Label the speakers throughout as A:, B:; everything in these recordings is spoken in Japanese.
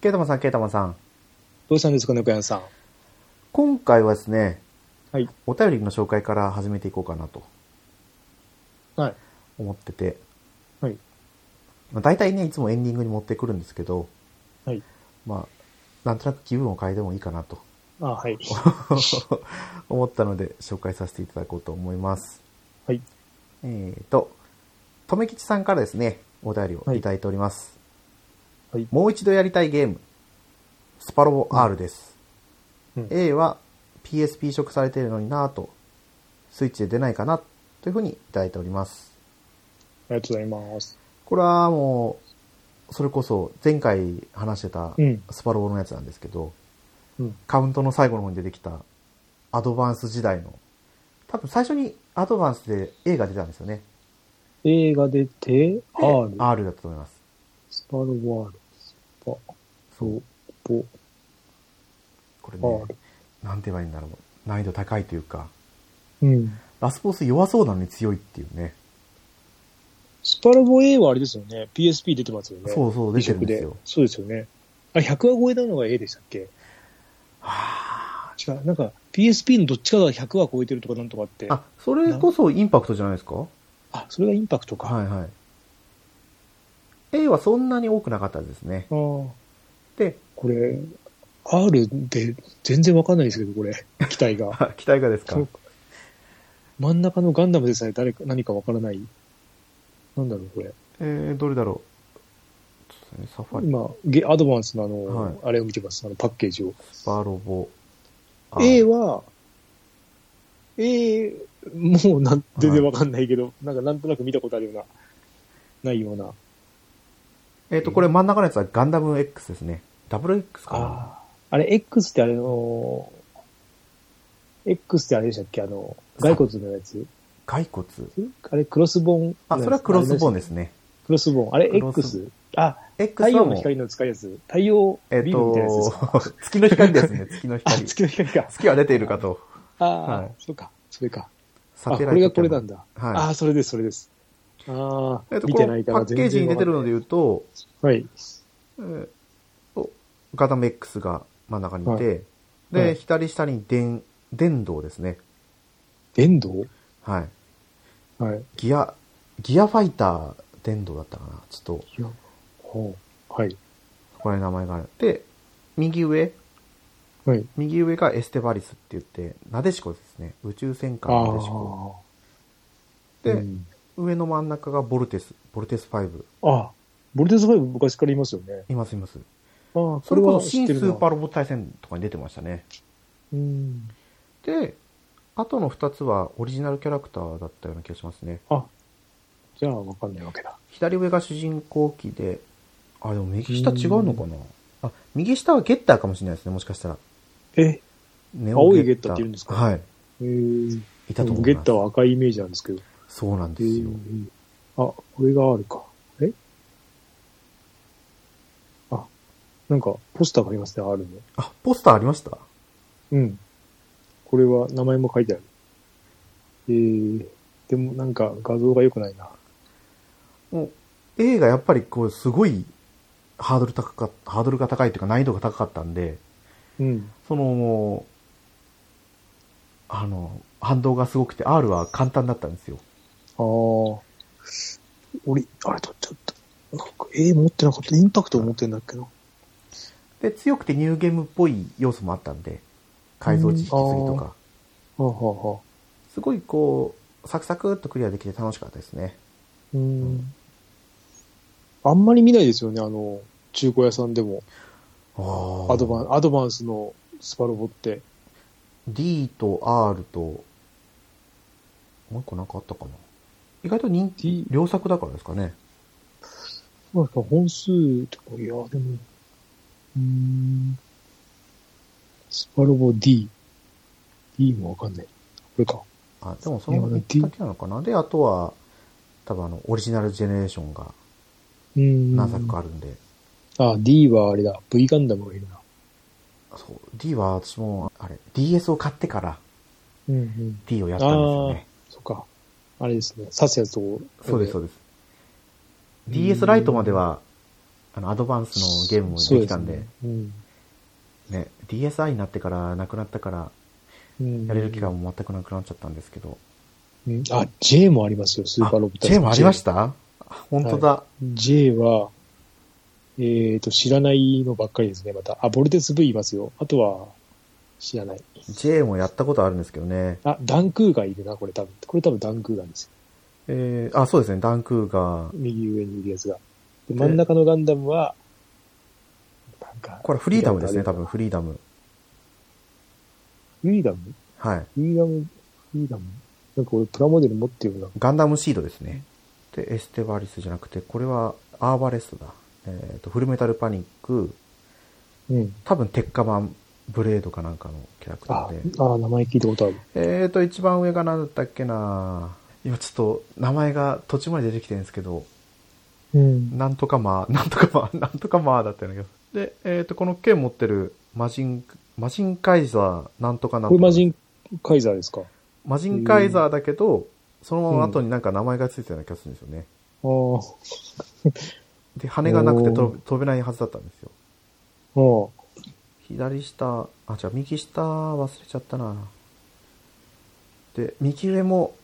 A: ケイタマンさん、ケイタマンさん。
B: どうしたんですか、猫屋さん。
A: 今回はですね、
B: はい。
A: お便りの紹介から始めていこうかなと
B: はい。
A: 思ってて、
B: はい。
A: まあ、大体ね、いつもエンディングに持ってくるんですけど、
B: はい。
A: まあ、なんとなく気分を変えてもいいかなと
B: あ、 はい。
A: 思ったので紹介させていただこうと思います。
B: はい。
A: えーと、とめきちさんからですね、お便りをいただいております。
B: はい
A: もう一度やりたいゲーム、スパロボ R です。
B: うん
A: A は PSP 移植されているのになぁと、スイッチで出ないかなというふうにいただいております。
B: ありがとうございます。
A: これはもう、それこそ前回話してた
B: うん
A: スパロボのやつなんですけど、
B: うん。
A: カウントの最後の方に出てきたアドバンス時代の、多分最初にアドバンスで A が出たんですよね。
B: A が出て、R。
A: R だったと思います。
B: スパロボ R。スパロボ
A: これね
B: R、。
A: なんて言えばいいんだろう。難易度高いというか、
B: うん。
A: ラスボス弱そうなのに強いっていうね。
B: スパロボ A はあれですよね。PSP 出てますよね。
A: そうそう、出てるん
B: 移植
A: ですよ。
B: そうですよね。あ、100話超えたのが A でしたっけ
A: は
B: 違う。なんか PSP のどっちかが100話超えてるとかなんとかって。
A: あ、あ、それこそインパクトじゃないですかは
B: あそれがインパクトか。あ
A: いはい。A はそんなに多くなかったですね。
B: あー。
A: で、
B: これ、R で全然わかんないですけど、こ れ。機体が。
A: あ期待がですか
B: そうか真ん中のガンダムでさえ誰か、何かわからない。なんだろう、これ。
A: えー、どれだろう。ちょっとねサファリ、
B: 今、ゲアドバンスのあの、
A: はい
B: あれを見てます、あのパッケージを。
A: スパロボ。あ
B: A は、A、もうなん全然わかんないけど、なんかなんとなく見たことあるような、ないような。
A: えっ、と、これ真ん中のやつはガンダム X ですね。ダブル X かな
B: ああ。あれ、X ってあれの、X ってあれでしたっけあの、骸骨のやつ。
A: 骸骨。
B: あれ、クロスボーン。
A: あ、それはクロスボーン
B: ン。
A: ですね。
B: クロスボーン。あれ、
A: クロス
B: X? あ、
A: X
B: 太
A: は
B: 陽の
A: もう、
B: 光の使いやつ。太陽
A: えっ、
B: ビームみたいなやつですか。
A: と、 月の光ですね、月の
B: あ、
A: 光。
B: 月の光か。
A: 月は出ているかと。
B: ああ、
A: はい
B: そうか、それか。
A: サ
B: あ、こ
A: テラ
B: れ
A: イ
B: が
A: トキ
B: こ
A: ャ
B: れ
A: ノン
B: なんだ。
A: はい
B: ああ、それです、それです。ああ、
A: えっ、と、
B: 見
A: こ
B: て
A: の
B: ないか
A: パ
B: ら
A: ッケージに出てるので
B: う。
A: 言うと、
B: はい。
A: えーおガンダム X が真ん中にいて、
B: は
A: で、
B: はい
A: 左下に電、電動ですね。
B: 電動
A: はい。
B: はい。
A: ギア、ギアファイター電動だったかな。ちょっと、
B: いや、ほう。はい。
A: これ名前がある。で、右上、
B: はい。
A: 右上がエステバリスって言って、なでしこですね。宇宙戦
B: あ
A: 艦なでしこ。
B: あ。
A: で、
B: うん
A: 上の真ん中がボルテス、ボルテス5。
B: あ、ボルテス5昔からいますよね。
A: いますいます。
B: ああ、
A: それこそ
B: 知っ
A: 新ス
B: てるな
A: ーパーロボット対戦とかに出てましたね。
B: うん。
A: で、あとの2つはオリジナルキャラクターだったような気がしますね。
B: あ、じゃあわかんないわけだ。
A: 左上が主人公機で、あ、でも右下違うのかなあ、右下はゲッターかもしれないですね、もしかしたら。
B: え、
A: ネ
B: 青いゲッターって言うんですか
A: はい。
B: えー、
A: いたと思います。
B: ゲッターは赤いイメージなんですけど。
A: そうなん
B: え
A: ですよ。
B: ーあ、これがあるか。えあ、なんか、ポスターがありますね、あるの。
A: あ、ポスターありました
B: うん。これは、名前も書いてある。えー、でもなんか、画像が良くないな。
A: もう、A がやっぱりこう、すごい、ハードル高かった、ハードルが高いというか難易度が高かったんで、
B: うん。
A: その、もうあの、反動がすごくて、R は簡単だったんですよ。
B: ああ。俺、あれ取っちゃった。なんか、えー、持ってなかった。インパクトを持ってんだっけど。
A: で、強くてニューゲームっぽい要素もあったんで、改造値引き継ぎと
B: うんあ
A: か、
B: はあ、はあはあ、
A: すごいこう、サクサクっとクリアできて楽しかったですね。
B: うん。あんまり見ないですよね、あの、中古屋さんでも。アドバン、アドバンスのスパロボって。
A: D と R と、もう一個なんかあったかな。意外と人気、
B: D
A: 両作だからですかね。
B: そうですか、本数とか、いや、でも、うーん、スパロボ D。D もわかんない。これか。
A: あ、でもその
B: いや
A: 3つだけなのかな。で、あとは、多分あの、オリジナルジェネレーションが
B: うーん。
A: 何作かあるんで、
B: あ、D はあれだ。V ガンダムがいるな。
A: そう、D は私も、あれ、DS を買ってから
B: うんうん。
A: D をやったんですよね。
B: そっか。あれですね。刺すやつを。
A: そうです、そう
B: う
A: です。DS ライトまでは、あの、アドバンスのゲームもできたんで、
B: そうすね
A: ね DSi になってからなくなったから、
B: うん。うん
A: やれる機会も全くなくなっちゃったんですけど。
B: うんあ、J もありますよ、スーパーロボット。
A: あ J もありましたあ本当だ。
B: J は、えっ、と、知らないのばっかりですね、また。あ、ボルテス V いますよ。あとは、知らない。
A: J もやったことあるんですけどね。
B: あ、ダンクーガーいるな、これ多分。これ多分ダンクーガーですよ。
A: えー、あ、そうですね、ダンクーガー。
B: 右上にいるやつが。で、真ん中のガンダムは、なんか、
A: これフリーダムですね、多分フリーダム。
B: フリーダム
A: はい。
B: フリーダムフリーダムなんか俺プラモデル持ってるな。
A: ガンダムシードですね。で、エステバリスじゃなくて、これはアーバレストだ。えっ、と、フルメタルパニック、
B: うん。
A: 多分鉄火版ブレードかなんかのキャラクタ
B: あ
A: ーで。
B: あ、名前聞いたことある。
A: えーと、一番上が何だったっけな今ちょっと名前が途中まで出てきてるんですけど、
B: うん。
A: なんとかまあ、 なんとかまあ、なんとかまあだったような気がで、えっ、と、この剣持ってる魔人、魔人カイザーなんとかなん
B: これ
A: とか。
B: マジンカイザーですかあ
A: 魔人カイザーだけど、そのまま後になんか名前がついてたような気がするんですよね。
B: あ、あ
A: で、羽がなくて
B: お
A: と
B: ー
A: 飛べないはずだったんですよ。
B: あ、
A: 左下、あ、じゃあ右下忘れちゃったな。で、右上も、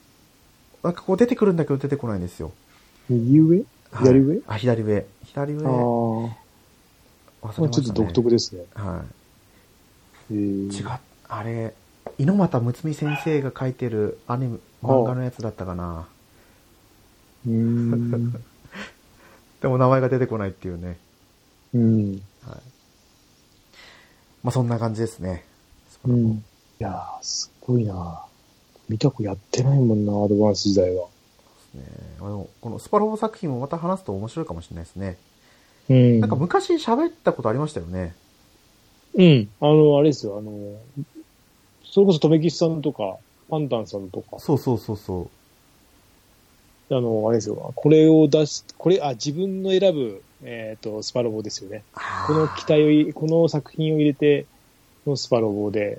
A: なんかこう出てくるんだけど出てこないんですよ。
B: 右上
A: はい
B: 左上
A: あ、左上。左上。
B: ああ、
A: 忘
B: こ
A: れました
B: れ
A: ね
B: ちょっと独特ですね。
A: は
B: え
A: い。違
B: ー
A: う。あれ、猪俣睦美先生が書いてるアニメ、漫画のやつだったかな。
B: うーん。
A: でも名前が出てこないっていうね。
B: うん。
A: はい。まあそんな感じですね。
B: うん。いやー、すごいな見た子やってないもんなアドバンス時代は。
A: ねあのこのスパロボ作品もまた話すと面白いかもしれないですね。
B: うん。
A: なんか昔喋ったことありましたよね。
B: うん。あの、あれですよ、あの、それこそ、とめきしさんとか、パンタンさんとか、
A: そうそうそうそ
B: あの、あれですよ、これを出し、これ、あ、自分の選ぶ、えっ、と、スパロボですよね。
A: う。
B: この機体をい、この作品を入れてのスパロボで、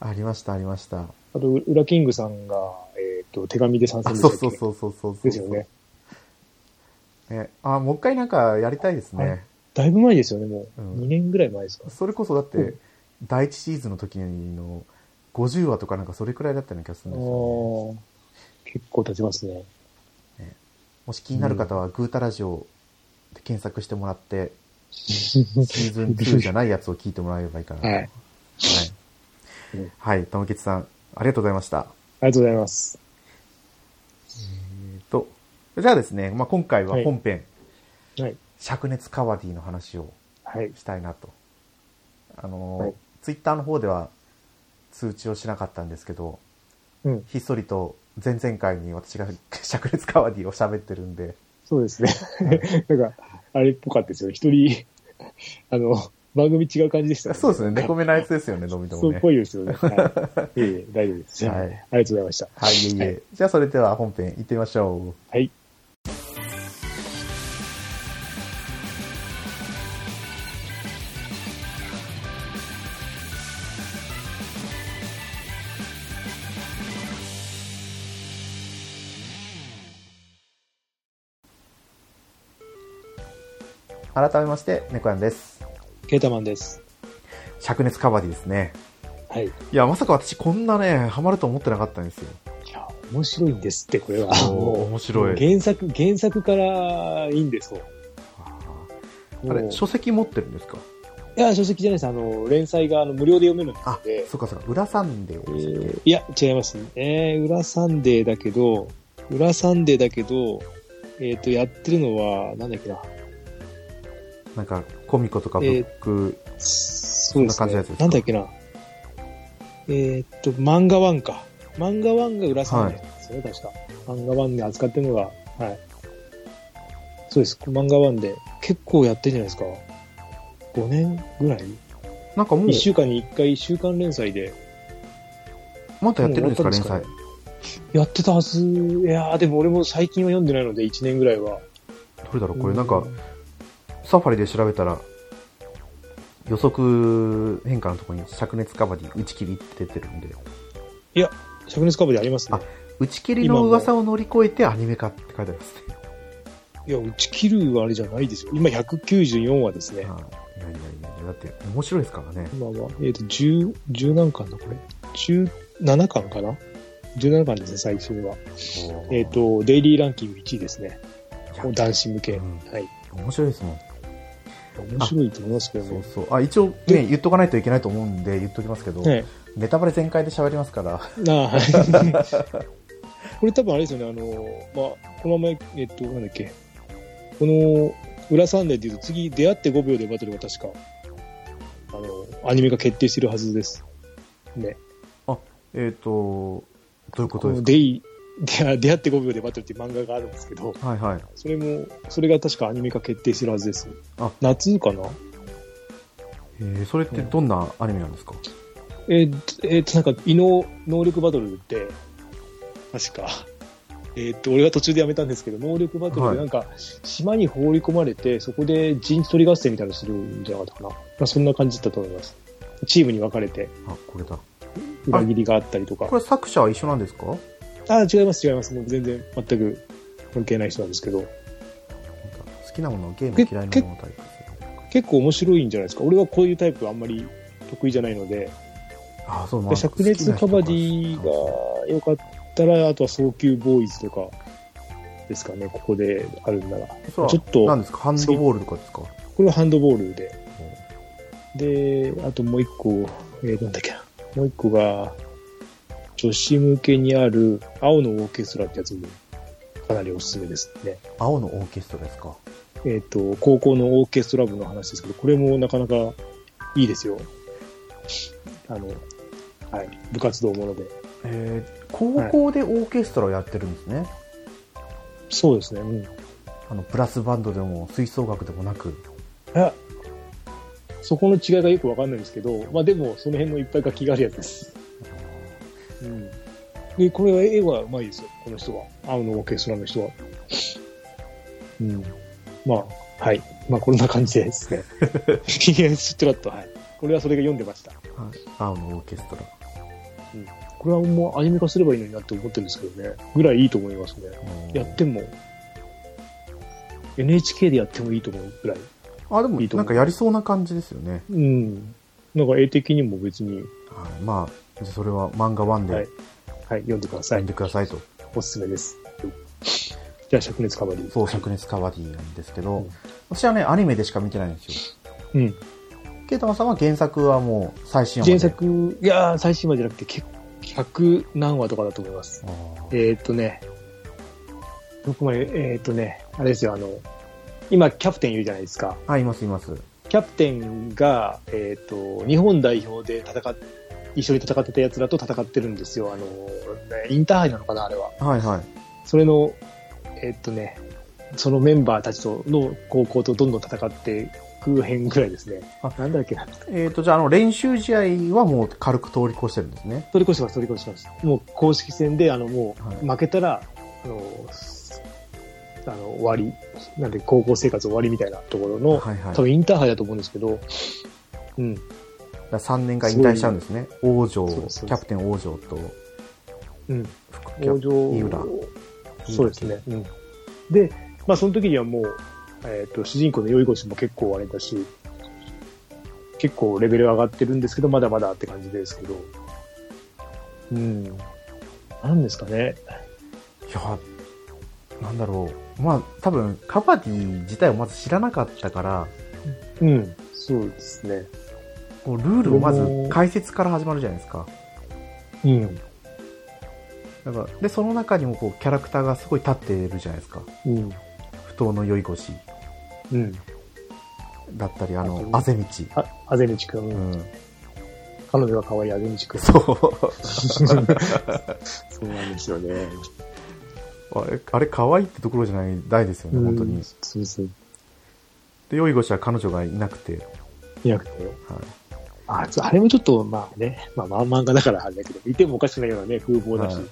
A: ありました、ありました。
B: あと、ウラキングさんが、えっ、と、手紙で参戦
A: あ
B: でし
A: そ
B: たっ
A: う
B: け
A: そうそうそうそうそう。
B: ですよね。。
A: ね、あ、もう一回なんかやりたいです
B: はい
A: ね。
B: だいぶ前ですよね、も
A: う
B: う。
A: ん
B: 2年ぐらい前ですか。
A: それこそだって、
B: うん
A: 第一シーズンの時の50話とかなんかそれくらいだったような気がするん
B: あ
A: ですよ、ね。
B: ー結構経ちますね。
A: もし気になる方は、グータラジオで検索してもら って、シーズン2じゃないやつを聞いてもらえればいいかなと。
B: はい
A: はい。
B: うん
A: はい、ともきちさん、ありがとうございました。
B: ありがとうございます。
A: えっと、じゃあですね、まあ、今回は本編、
B: はい。
A: 灼熱カバディの話を
B: はい。
A: したいなと。あのー、
B: はい
A: ツイッターの方では通知をしなかったんですけど、
B: うん。
A: ひっそりと前々回に私が 灼熱カバディを喋ってるんで、
B: そうですね。 なんか、あれっぽかったですよ。一人、 あの、番組違う感じでした、
A: そうですね、
B: なんか
A: 猫目のやつですよね、どう見て
B: そ
A: も
B: う
A: ね
B: っ。ぽいですよね。 はい、ええ大丈夫です。
A: はい
B: ありがとうございました。
A: はい、いえいえ。じゃあそれでは本編行ってみましょう。
B: はい。
A: 改めまして、猫やんです。
B: ケータマンです。
A: 灼熱カバディですね。
B: はい。い
A: いや、まさか私こんなね、ハマると思ってなかったんですよ。
B: や、面白いんですって、これは。
A: おー面白い。
B: 原作、原作からいいんですよ。
A: あ
B: も
A: れ、
B: う
A: 書籍持ってるんですか
B: いや、書籍じゃないです。あの、連載があの無料で読める
A: あ
B: ん、で。
A: そっかそっか、裏サンデー
B: え
A: をしたっけ
B: ーいや、違いますね。えー、裏サンデーだけど、裏サンデーだけど、えっ、と、やってるのは、なんだっけな。
A: なんか、コミコとかブック、
B: そうです
A: そんな感じのや
B: ね
A: つです。か
B: なんだっけな。えーっと、漫画ワンか。漫画ワンが裏サンデーですよね、確か。漫画ワンで扱ってるのが、はい。そうです、漫画ワンで。結構やってんじゃないですか。5年ぐらい
A: なんかもう
B: ?1、週間に1回週間連載で
A: まだやってるんですか、
B: もう終
A: 連
B: わったん
A: 載
B: で。やってたはず。いやー、でも俺も最近は読んでないので、1年ぐらいは。
A: どれだろう、これなんか、サファリで調べたら、予測変化のところに、灼熱カバディ、打ち切りって出てるんで、
B: 灼熱カバディありますね
A: あ。打ち切りの噂を乗り越えてアニメ化って書いてありますね。
B: いや、打ち切るあれじゃないですよ。今194話ですね。
A: はい。いやいやいやいや、だって面白いですからね。
B: 今は、えっ、と、10、10何巻だ、これ。17巻かな ?17 巻ですね、最近は。えっ、、と、デイリーランキング1位ですね。男子向け。
A: うん
B: はい。
A: 面白いですもん。
B: 面白いと思いますけど
A: そう
B: ね。
A: そう。あ、一応ね、言っとかないといけないと思うんで、言っときますけど、
B: はい。
A: ネタバレ全開で喋りますから、
B: なあ、はい。 これ多分あれですよね、あの、まあ、このまま、えっと、なんだっけ。この、裏サンデーで言うと、次、出会って5秒でバトルが確か、あの、アニメが決定してるはずです。ね。
A: えっ、と、どういうこと
B: こ
A: です
B: の
A: か
B: デイ、出会出会って5秒でバトルっていう漫画があるんですけど、
A: はいはい。
B: それも、それが確かアニメ化決定してるはずです。
A: あ
B: 夏かな
A: えーそれってどんなアニメなんですか、
B: えーえーと、なんか、異能、能力バトルって、確か、えーっと、俺は途中でやめたんですけど、能力バトル
A: は
B: で
A: い
B: なんか、島に放り込まれて、そこで陣地取り合戦みたいなのするんじゃなかったかな。まあ、そんな感じだったと思います。チームに分かれて、
A: あ、これだ。
B: 裏切りがあったりとか
A: こ。れ作者は一緒なんですかなんだ
B: ああ、違います、違います。もう全然、全く関係ない人なんですけど、
A: 好きなもの、ゲーム嫌いなものタイプですよね。
B: 結構面白いんじゃないですか。俺はこういうタイプあんまり得意じゃないので、
A: あ、そう、ま
B: で
A: あ
B: 灼熱カバディが良かったら、あとは早急ボーイズとかですかね、ここであるんなら。
A: それは
B: ちょっと
A: 何ですかハンドボールとかですか
B: これはハンドボールで。で、あともう一個、えー、なんだっけな。もう一個が、女子向けにある、青のオーケストラってやつも、かなりおすすめですね。
A: 青のオーケストラですか
B: えっ、と、高校のオーケストラ部の話ですけど、これもなかなかいいですよ。あの、はい、部活動もので。
A: えー、高校でオーケストラをやってるんですね。
B: そうですね、うん。
A: あの、ブラスバンドでも、吹奏楽でもなく。
B: いや、そこの違いがよくわかんないんですけど、まあでも、その辺のいっぱい楽器があるやつです。うん。で、これは絵はうまいですよ、この人は。青のオーケストラの人は。うん。まあ、はい。まあ、こんな感じです ね。いや、ちょっと、はい。これはそれが読んでました。
A: はい青のオーケストラ。
B: これはもうアニメ化すればいいのになって思ってるんですけどね。ぐらいいいと思いますね。やっても、NHK でやってもいいと思うぐらい。
A: あ、でも、
B: いいと
A: な
B: 思
A: ん
B: う
A: かやりそうな感じですよね。
B: うん。なんか絵的にも別に、
A: はい。まあ、じゃあそれは漫画1
B: はい
A: で。
B: はい、読んでくださ
A: 読
B: い
A: ん。でくださいと。
B: おすすめです。じゃあ、灼熱カバディ。
A: そう、灼熱カバディなんですけ
B: う
A: ど
B: ん、
A: 私はね、アニメでしか見てないんですよ。
B: うん。
A: ケイタマさんは原作はもう最新話ま
B: 原
A: で。
B: 作、いやー、最新話じゃなくて、結100何話とかだと思います。
A: あー
B: えーっとね、僕も、えーっとね、あれですよ、あの、今、キャプテンいるじゃないですか。
A: はい、います、います。
B: キャプテンが、えーっと、日本代表で戦っ、一緒に戦ってた奴らと戦ってるんですよ。あの、ねインターハイなのかな、あれは。
A: はい、はい。
B: それの、えっとね、そのメンバーたちとの高校とどんどん戦っていく辺ぐらいですね。
A: あ
B: なんだっけな。
A: えっ、と、じゃあ、あの、練習試合はもう軽く通り越してるんですね。
B: 取り越します、取り越します。もう公式戦で、あの、も、
A: はいう
B: 負けたら、あの、すあの、終わり。なんで、高校生活終わりみたいなところの、
A: はい、はい。
B: 多分インターハイだと思うんですけど、うん。
A: 3年間引退しちゃうんですね。王城、
B: そうです
A: キャプテン王城と、
B: うん。
A: 副キ
B: 王
A: ャプ
B: 城
A: 井浦
B: そうですね。うん。で、まあその時にはもう、えっ、と、主人公の酔い腰も結構あれだし、結構レベル上がってるんですけど、まだまだって感じですけど。うん。なんですかね。
A: いや、なんだろう。まあ、多分、カバディ自体をまず知らなかったから、
B: うん。そうですね。
A: こうルールをまず解説から始まるじゃないですか。
B: うん。
A: だから、で、その中にもこう、キャラクターがすごい立ってるじゃないですか。
B: うん。
A: 不当の酔い腰
B: うん。
A: だったり、あの、
B: あ
A: あ
B: と
A: ぜ道。
B: あ、あぜみちくん。
A: うん。
B: 彼女が可愛いあぜみ ちくん。
A: そ
B: そうなんですよね。
A: う。あれ、あれ可愛いってところじゃない、ないですよね、本当
B: う
A: に
B: ん。そうそう。
A: で、酔い腰は彼女がいなくて、
B: いなくて。
A: はい。
B: ああれもちょっと、まあね、まあ、まあ漫画だからあれだけど、いてもおかしくないようなね、風貌だし、
A: はい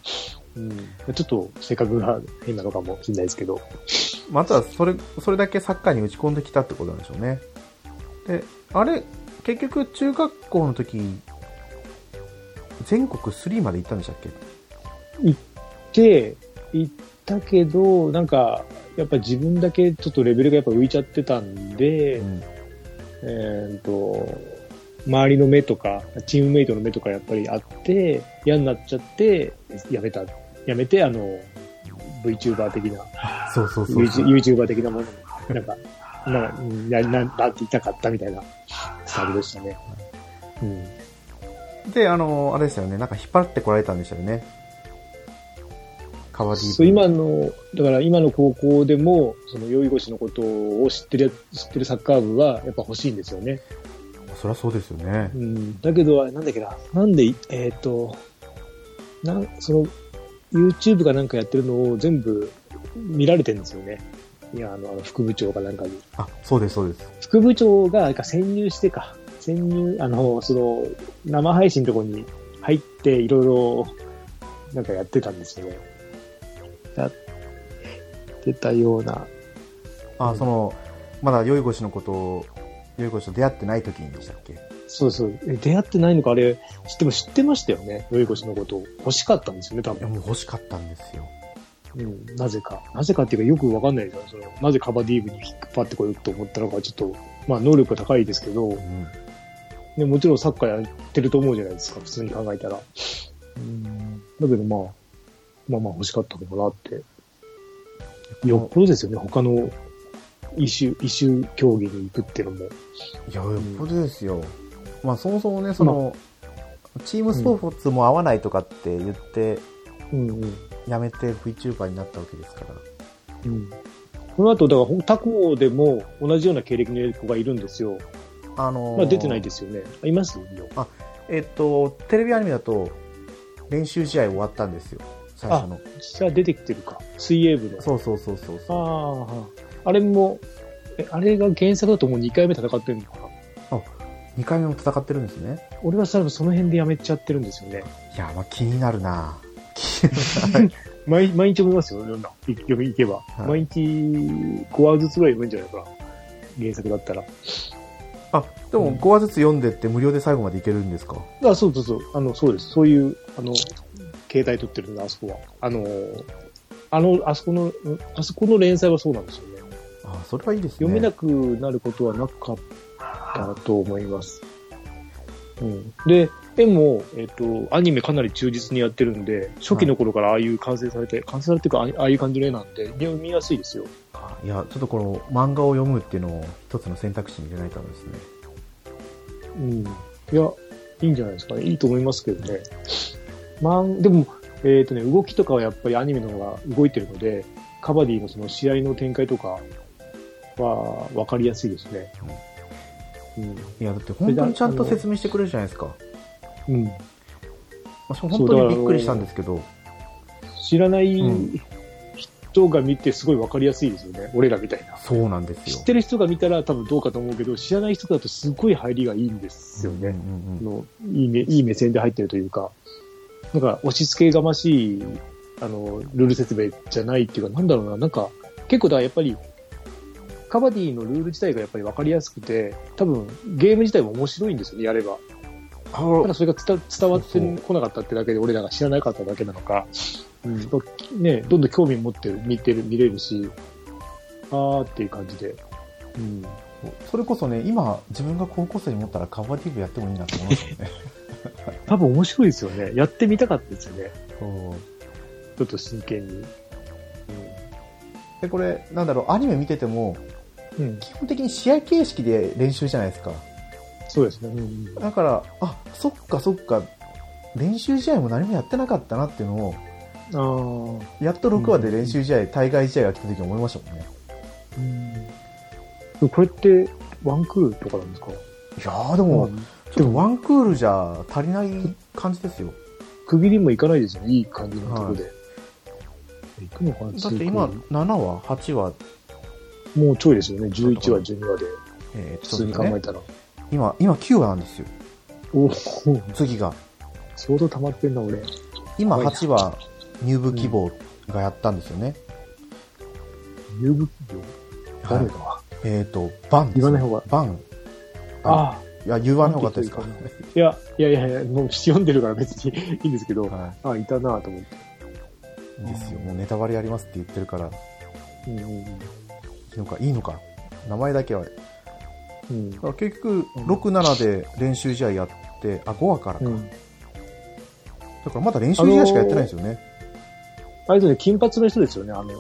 B: うん、ちょっと性格が変なのかもしれないですけど、
A: まあ、あとはそれ、それだけサッカーに打ち込んできたってことなんでしょうね。で、あれ、結局中学校の時、全国3まで行ったんでしたっけ
B: で、行ったけど、なんか、やっぱ自分だけちょっとレベルがやっぱ浮いちゃってたんで、
A: うん
B: えーっと、周りの目とか、チームメイトの目とかやっぱりあって、嫌になっちゃって、やめた。やめて、あの、VTuber 的な、
A: そうそうそうそう。
B: YouTuber 的なものに、なんか、 な、な、な、なっていたかったみたいなサブでしたね。うん。
A: で、あの、あれですよね、なんか引っ張ってこられたんでしたよね。カバディープ
B: そう今の、だから今の高校でも、その、宵越しのことを知ってるや、知ってるサッカー部は、やっぱ欲しいんですよね。
A: そりゃそうですよね
B: う。ん。だけど、あれなんだっけな、なんで、えっ、と、なん、その、YouTube かなんかやってるのを全部見られてるんですよね。いや、あの、あの副部長かなんかに。
A: あ、そうです、そうです。
B: 副部長が、あれか、潜入してか。潜入、あの、その、生配信のとこに入って、いろいろ、なんかやってたんですよね。やってたような。
A: あ、その、まだ酔い越しのことを、酔い越しと出会ってない時にでしたっけ
B: そうそう。え出会ってないのか、あれ、知っても知ってましたよね。よいこしのことを。欲しかったんですよね、多
A: いや、
B: 分。
A: もう欲しかったんですよ。
B: うん、なぜか。なぜかっていうか、よくわかんないですよね。その、なぜカバディーブに引っ張ってこようと思ったのか、ちょっと、まあ、能力が高いですけど
A: う、ん。
B: ね、もちろんサッカーやってると思うじゃないですか、普通に考えたら。うん、だけどまあ、まあまあ欲しかったのかなって。よっぽどですよね、他の異種、異種競技に行くっていうのも。
A: いや、よっぽどですよ。まあ、そもそもね、その、チームスポーツも合わないとかって言って、
B: うんうん。
A: やめて VTuber になったわけですから。
B: うん。この後、だからほん、他校でも同じような経歴の子がいるんですよ。
A: あのー
B: まあ出てないですよね。いますよ。
A: えっと、テレビアニメだと、練習試合終わったんですよ。最初の。
B: じゃあ出てきてるか。水泳部の。
A: そうそうそうそうそう。
B: ああ、あれも、え、あれが原作だともう2回目戦ってるのかな。
A: 2回目も戦ってるんですね。
B: 俺は多分その辺でやめちゃってるんですよね。
A: いや、まあ、気になるな気に
B: 毎毎日思いますよ、読んだ。い読み行けば。
A: い
B: 毎日5話ずつぐらい読むんじゃないかな。原作だったら。
A: あ、でも
B: うん
A: 5話ずつ読んでって無料で最後までいけるんですか
B: あ、そうそうそう。あの、そうです。そういう、あの、携帯撮ってるんで、あそこは。あの、あの、あそこの、んあそこの連載はそうなんですよね。
A: あ、それはいいですね。
B: 読めなくなることはなかったと思います。うん、で、絵も、えっ、と、アニメかなり忠実にやってるんで、初期の頃からああいう完成されて、完成されてるか、あああいう感じの絵なんで、読みやすいですよ。
A: あいや、ちょっとこの漫画を読むっていうのを一つの選択肢に入れないとダメですね。
B: うん。いや、いいんじゃないですかね。いいと思いますけどね。まあ、でも、えっ、とね、動きとかはやっぱりアニメの方が動いてるので、カバディのその試合の展開とかは分かりやすいですね。うん。
A: いや、だって本当にちゃんと説明してくれるじゃないですか。
B: うん。
A: 私も本当にびっくりしたんですけど、
B: 知らない
A: うん
B: 人が見てすごい分かりやすいですよね。俺らみたいな。
A: そうなんですよ。
B: 知ってる人が見たら多分どうかと思うけど、知らない人だとすごい入りがいいんですよね。
A: うんうんうん
B: のいい目いい目線で入ってるというか、なんか押し付けがましいあのルール説明じゃないっていうか、なんだろうな、なんか結構だからやっぱり、カバディのルール自体がやっぱり分かりやすくて、多分ゲーム自体も面白いんですよね、やれば。た
A: あ
B: だそれが伝伝わっ
A: そうそう
B: てこなかったってだけで、俺らが知らなかっただけなのか、うん、やっぱね、どんどん興味持ってる見てる、見れるし、あーっていう感じで。うん、
A: それこそね、今、自分が高校生に持ったらカバディ部やってもいいなと思いますよね。
B: 多分面白いですよね。やってみたかったですよね。
A: そう
B: ちょっと真剣に。
A: で、これ、なんだろう、アニメ見てても、
B: うん。うん、
A: 基本的に試合形式で練習じゃないですか。
B: そうですね。うん
A: だから、あ、そっかそっか、練習試合も何もやってなかったなっていうのを、
B: うん、ああ。
A: やっと6話で練習試合、対外試合が来た時に思いましたもんね。
B: うん、これって、ワンクールとかなんですか
A: いやーでも、
B: うん
A: ちょっとワンクールじゃ足りない感じですよ。
B: 区切りもいかないですよね。いい感じのところで。行くのかな
A: だって今、
B: ツーク
A: 7話、8話、
B: ールもうちょいですよね。11話、12話で。
A: えー
B: 普
A: ち
B: 通
A: ょっ
B: に
A: と
B: 考
A: ね
B: えたら。
A: 今、今9話なんですよ。
B: おお、
A: 次が。
B: 相当溜まってんな、俺。
A: 今、
B: はい
A: 8話、入部希望がやったんですよね。
B: 入部業誰
A: は
B: だ
A: いえっ、と、バンですね。
B: 言わない方が
A: バン。
B: ああ、
A: いや、言わない方がですか。
B: バンっていや、いやいやいや、もう読んでるから別にいいんですけど、
A: は
B: ああ、いたなぁと思って。
A: いですよ。もうネタバレやりますって言ってるから、い
B: うんうん
A: いのか、いいのか。名前だけは。だ
B: うん。
A: から結局、
B: うん
A: 6、7で練習試合やって、あ、5話からか。だ
B: うん。
A: からまだ練習試合しかやってないんですよね。
B: あれですね、金髪の人ですよね、あの、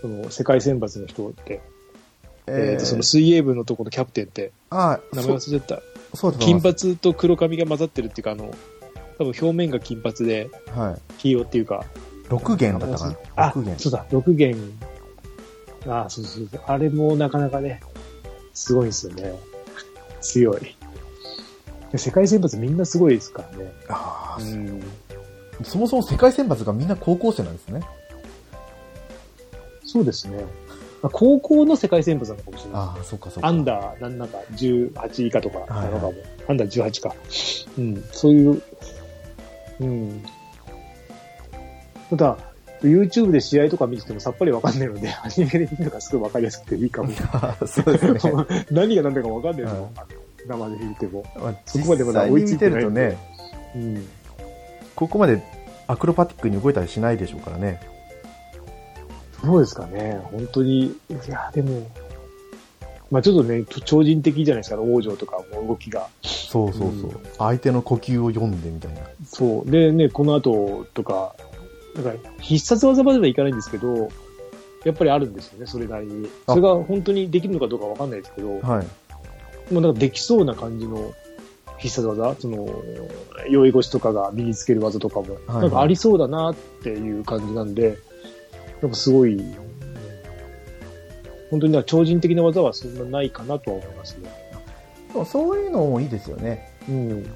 B: その世界選抜の人って。えっ、と、その水泳部のところのキャプテンって、
A: ああ、
B: 名前
A: そう
B: 忘れちゃった。
A: そうだと思い
B: 金
A: ます。
B: 髪と黒髪が混ざってるっていうか、あの、多分表面が金髪で、
A: はい。
B: 黄色っていうか。
A: 6弦だったかな。
B: あ
A: 6弦、。
B: そうだ、6弦。あそうそうそう。あれもなかなかね、すごいんですよね。強い。世界選抜みんなすごいですからね。
A: ああ、
B: ん。
A: そもそも世界選抜がみんな高校生なんですね。
B: そうですね。まあ高校の世界選抜なのかもしれない。
A: ああ、そうかそうか。
B: アンダー、なんなんか、18以下とかなのかも。
A: は
B: アンダー18か。うん、そういう、うん。ただ、YouTube で試合とか見ててもさっぱりわかんないので、 アニメで見るのがすごいわかりやすくてい いかも。
A: あーそうですね。
B: 何が何だかわかんないの、生で見ても。
A: まあ
B: そこまでま
A: 実
B: だ
A: 際
B: 追い
A: に
B: つ
A: 見
B: いて
A: て
B: ない
A: るとね、
B: うん。
A: ここまでアクロバティックに動いたりしないでしょうからね。
B: どうですかね、本当に。いや、でも、まあちょっとね、超人的じゃないですか、王女とかも動きが。
A: そうそうそう。
B: うん
A: 相手の呼吸を読んでみたいな。
B: そう。でね、この後とか、なんか必殺技まではいかないんですけど、やっぱりあるんですよね、それなりに。
A: あ
B: それが本当にできるのかどうかわかんないですけど、
A: はい。
B: もうなんかできそうな感じの必殺技、その、酔い腰とかが身につける技とかも、
A: はい
B: なんかありそうだなっていう感じなんで、なんかすごい、うん本当になんか超人的な技はそんなないかなとは思いますね。
A: でもそういうのもいいですよね。
B: うん。
A: なん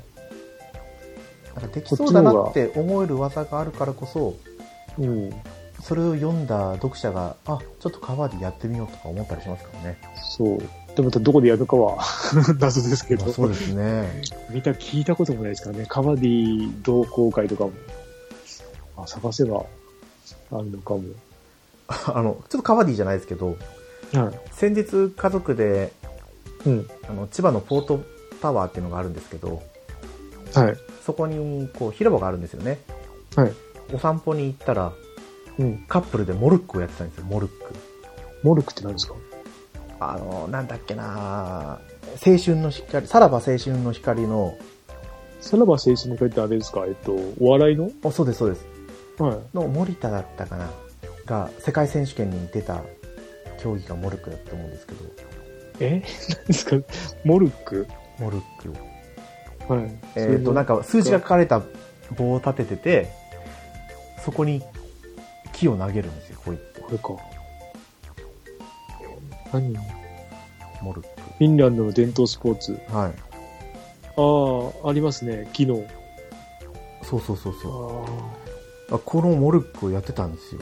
A: かできそうだなって思える技があるからこそ、
B: うん。
A: それを読んだ読者が、あ、ちょっとカバーでやってみようとか思ったりしますからね。
B: そう。でもどこでやるのかは 謎ですけど。
A: まあそうですね。
B: 見た、聞いたこともないですからね。カバディ同好会とかも、あ探せばあるのかも。
A: あの、ちょっとカバディじゃないですけど、
B: はい。
A: 先日家族で、
B: うん。
A: あの、千葉のポートタワーっていうのがあるんですけど、
B: はい。
A: そこにこう広場があるんですよね。
B: はい。
A: お散歩に行ったら、
B: うん。
A: カップルでモルックをやってたんですよ、モルック。
B: モルクって何ですか
A: あの、なんだっけな青春の光、さらば青春の光の、
B: さらば青春の会ってあれですかえっと、お笑いの
A: あ、そうです、そうです。
B: はい。
A: の森田だったかなが、世界選手権に出た競技がモルックだったと思うんですけど、
B: え 何ですかモルク
A: モルック。
B: はい。
A: えっ、と、なん
B: か。
A: か数字が書かれた棒を立ててて、そこに木を投げるんですよ、こういって
B: こ。れか。何フ
A: モルッ
B: ィンランドの伝統スポーツ。
A: ク。はい。
B: ああ、ありますね。昨日。
A: そうそうそう
B: あ
A: そ
B: あ。
A: う。あこのモルックをやってたんですよ。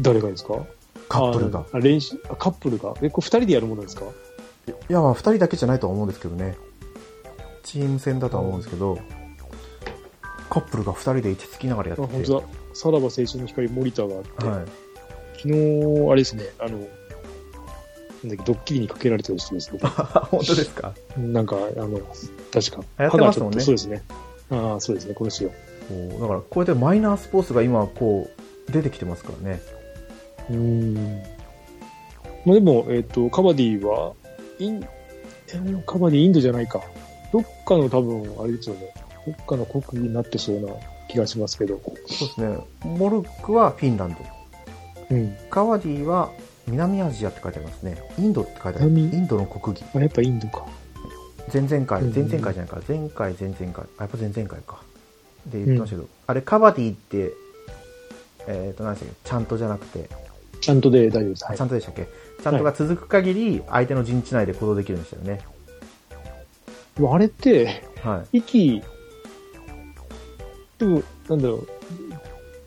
B: 誰がですか
A: カップルが。
B: あ、練習、あカップルがえ、これ二人でやるものですか
A: いや、まあ、二人だけじゃないとは思うんですけどね。チーム戦だとは思うんですけど、カップルが二人でいてつきながらや
B: あ、
A: ってて。
B: 本当だ。さらば青春の光森田があって、
A: はい。
B: 昨日、あれですね、あの、なんだっけ、ドッキリにかけられてる人です ね。
A: 本当ですか
B: なんか、あの、確か。
A: 流行ってますもんね
B: 歯がちょっとそうですね。ああ、そうですね、この人。
A: こうだから、こうやってマイナースポーツが今、こう、出てきてますからね。
B: うん。まあでも、えっ、と、カバディは、イン、えカバディインドじゃないか。どっかの多分、あれですよね。どっかの国技になってそうな気がしますけど。
A: そうですね。モルックはフィンランド。
B: うん。
A: カワディは南アジアって書いてありますね。インドって書いてある。イ
B: 南
A: ンドの国技。
B: あ、やっぱインドか。
A: 前々回、
B: うん
A: 前々回じゃないか、前回、前々回、あ、やっぱ前々回か。で言ってましたけど、あれ、カバディって、えっ、と、何でしたっけ、ちゃんとじゃなくて、
B: ちゃんとで大丈夫です。は
A: あ
B: い
A: ちゃんとでしたっけ、ちゃんとが続く限り、相手の陣地内で行動できるんでしたよね。
B: でもあれって、
A: はい。
B: 息、でも、なんだろう、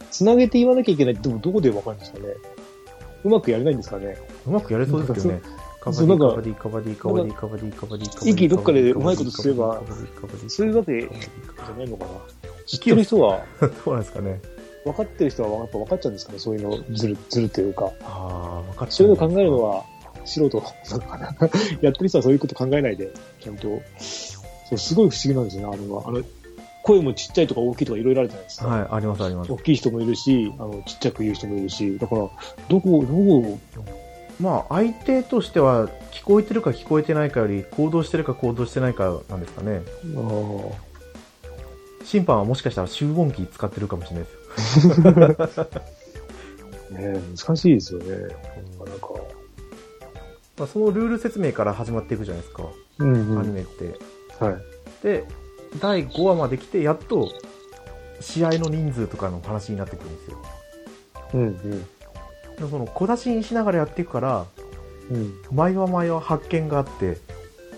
B: つなげて言わなきゃいけないって、でもどこでわかるんですかね。うまくやれないんですかね。
A: うまくやれそうですけどね。カバ
B: そ
A: デ
B: う
A: ィ、
B: そ
A: カ
B: う
A: バディ、カバディ、カバディ、カバディ、カバディ、カバディ。
B: 息どっかでうまいことすれば
A: カバディ、カバディカバディ
B: そういうわけじゃないのかな。知ってる人は、
A: そうなんですかね。
B: 分かってる人はやっぱ分かっちゃうんですかね、そういうの、ずる、ずるというか。
A: ああ、分かっち
B: そ
A: ゃ
B: ういう
A: う
B: の考えるのは、素人なのかな。 やってる人はそういうこと考えないで、ちゃんと。そう、すごい不思議なんですよね、あれは。あの、声もちっちゃいとか大きいとかいろいろあるじゃないですか。
A: はい、ありますあります
B: 大。きい人もいるし、あの、ちっちゃく言う人もいるし、だから、どこ、どこを、
A: まあ、相手としては、聞こえてるか聞こえてないかより、行動してるか行動してないかなんですかね。
B: あ
A: 審判はもしかしたら集音機使ってるかもしれないですよ。
B: あ、ねえ難しいですよね。なかなか。
A: まあ、そのルール説明から始まっていくじゃないですか、
B: うん、う
A: アニ
B: ん。
A: メって。
B: はい。
A: で、第5話まで来て、やっと、試合の人数とかの話になってくるんですよ。
B: うん、うん。
A: でその小出しにしながらやっていくから、
B: うん、
A: 毎は毎は発見があって、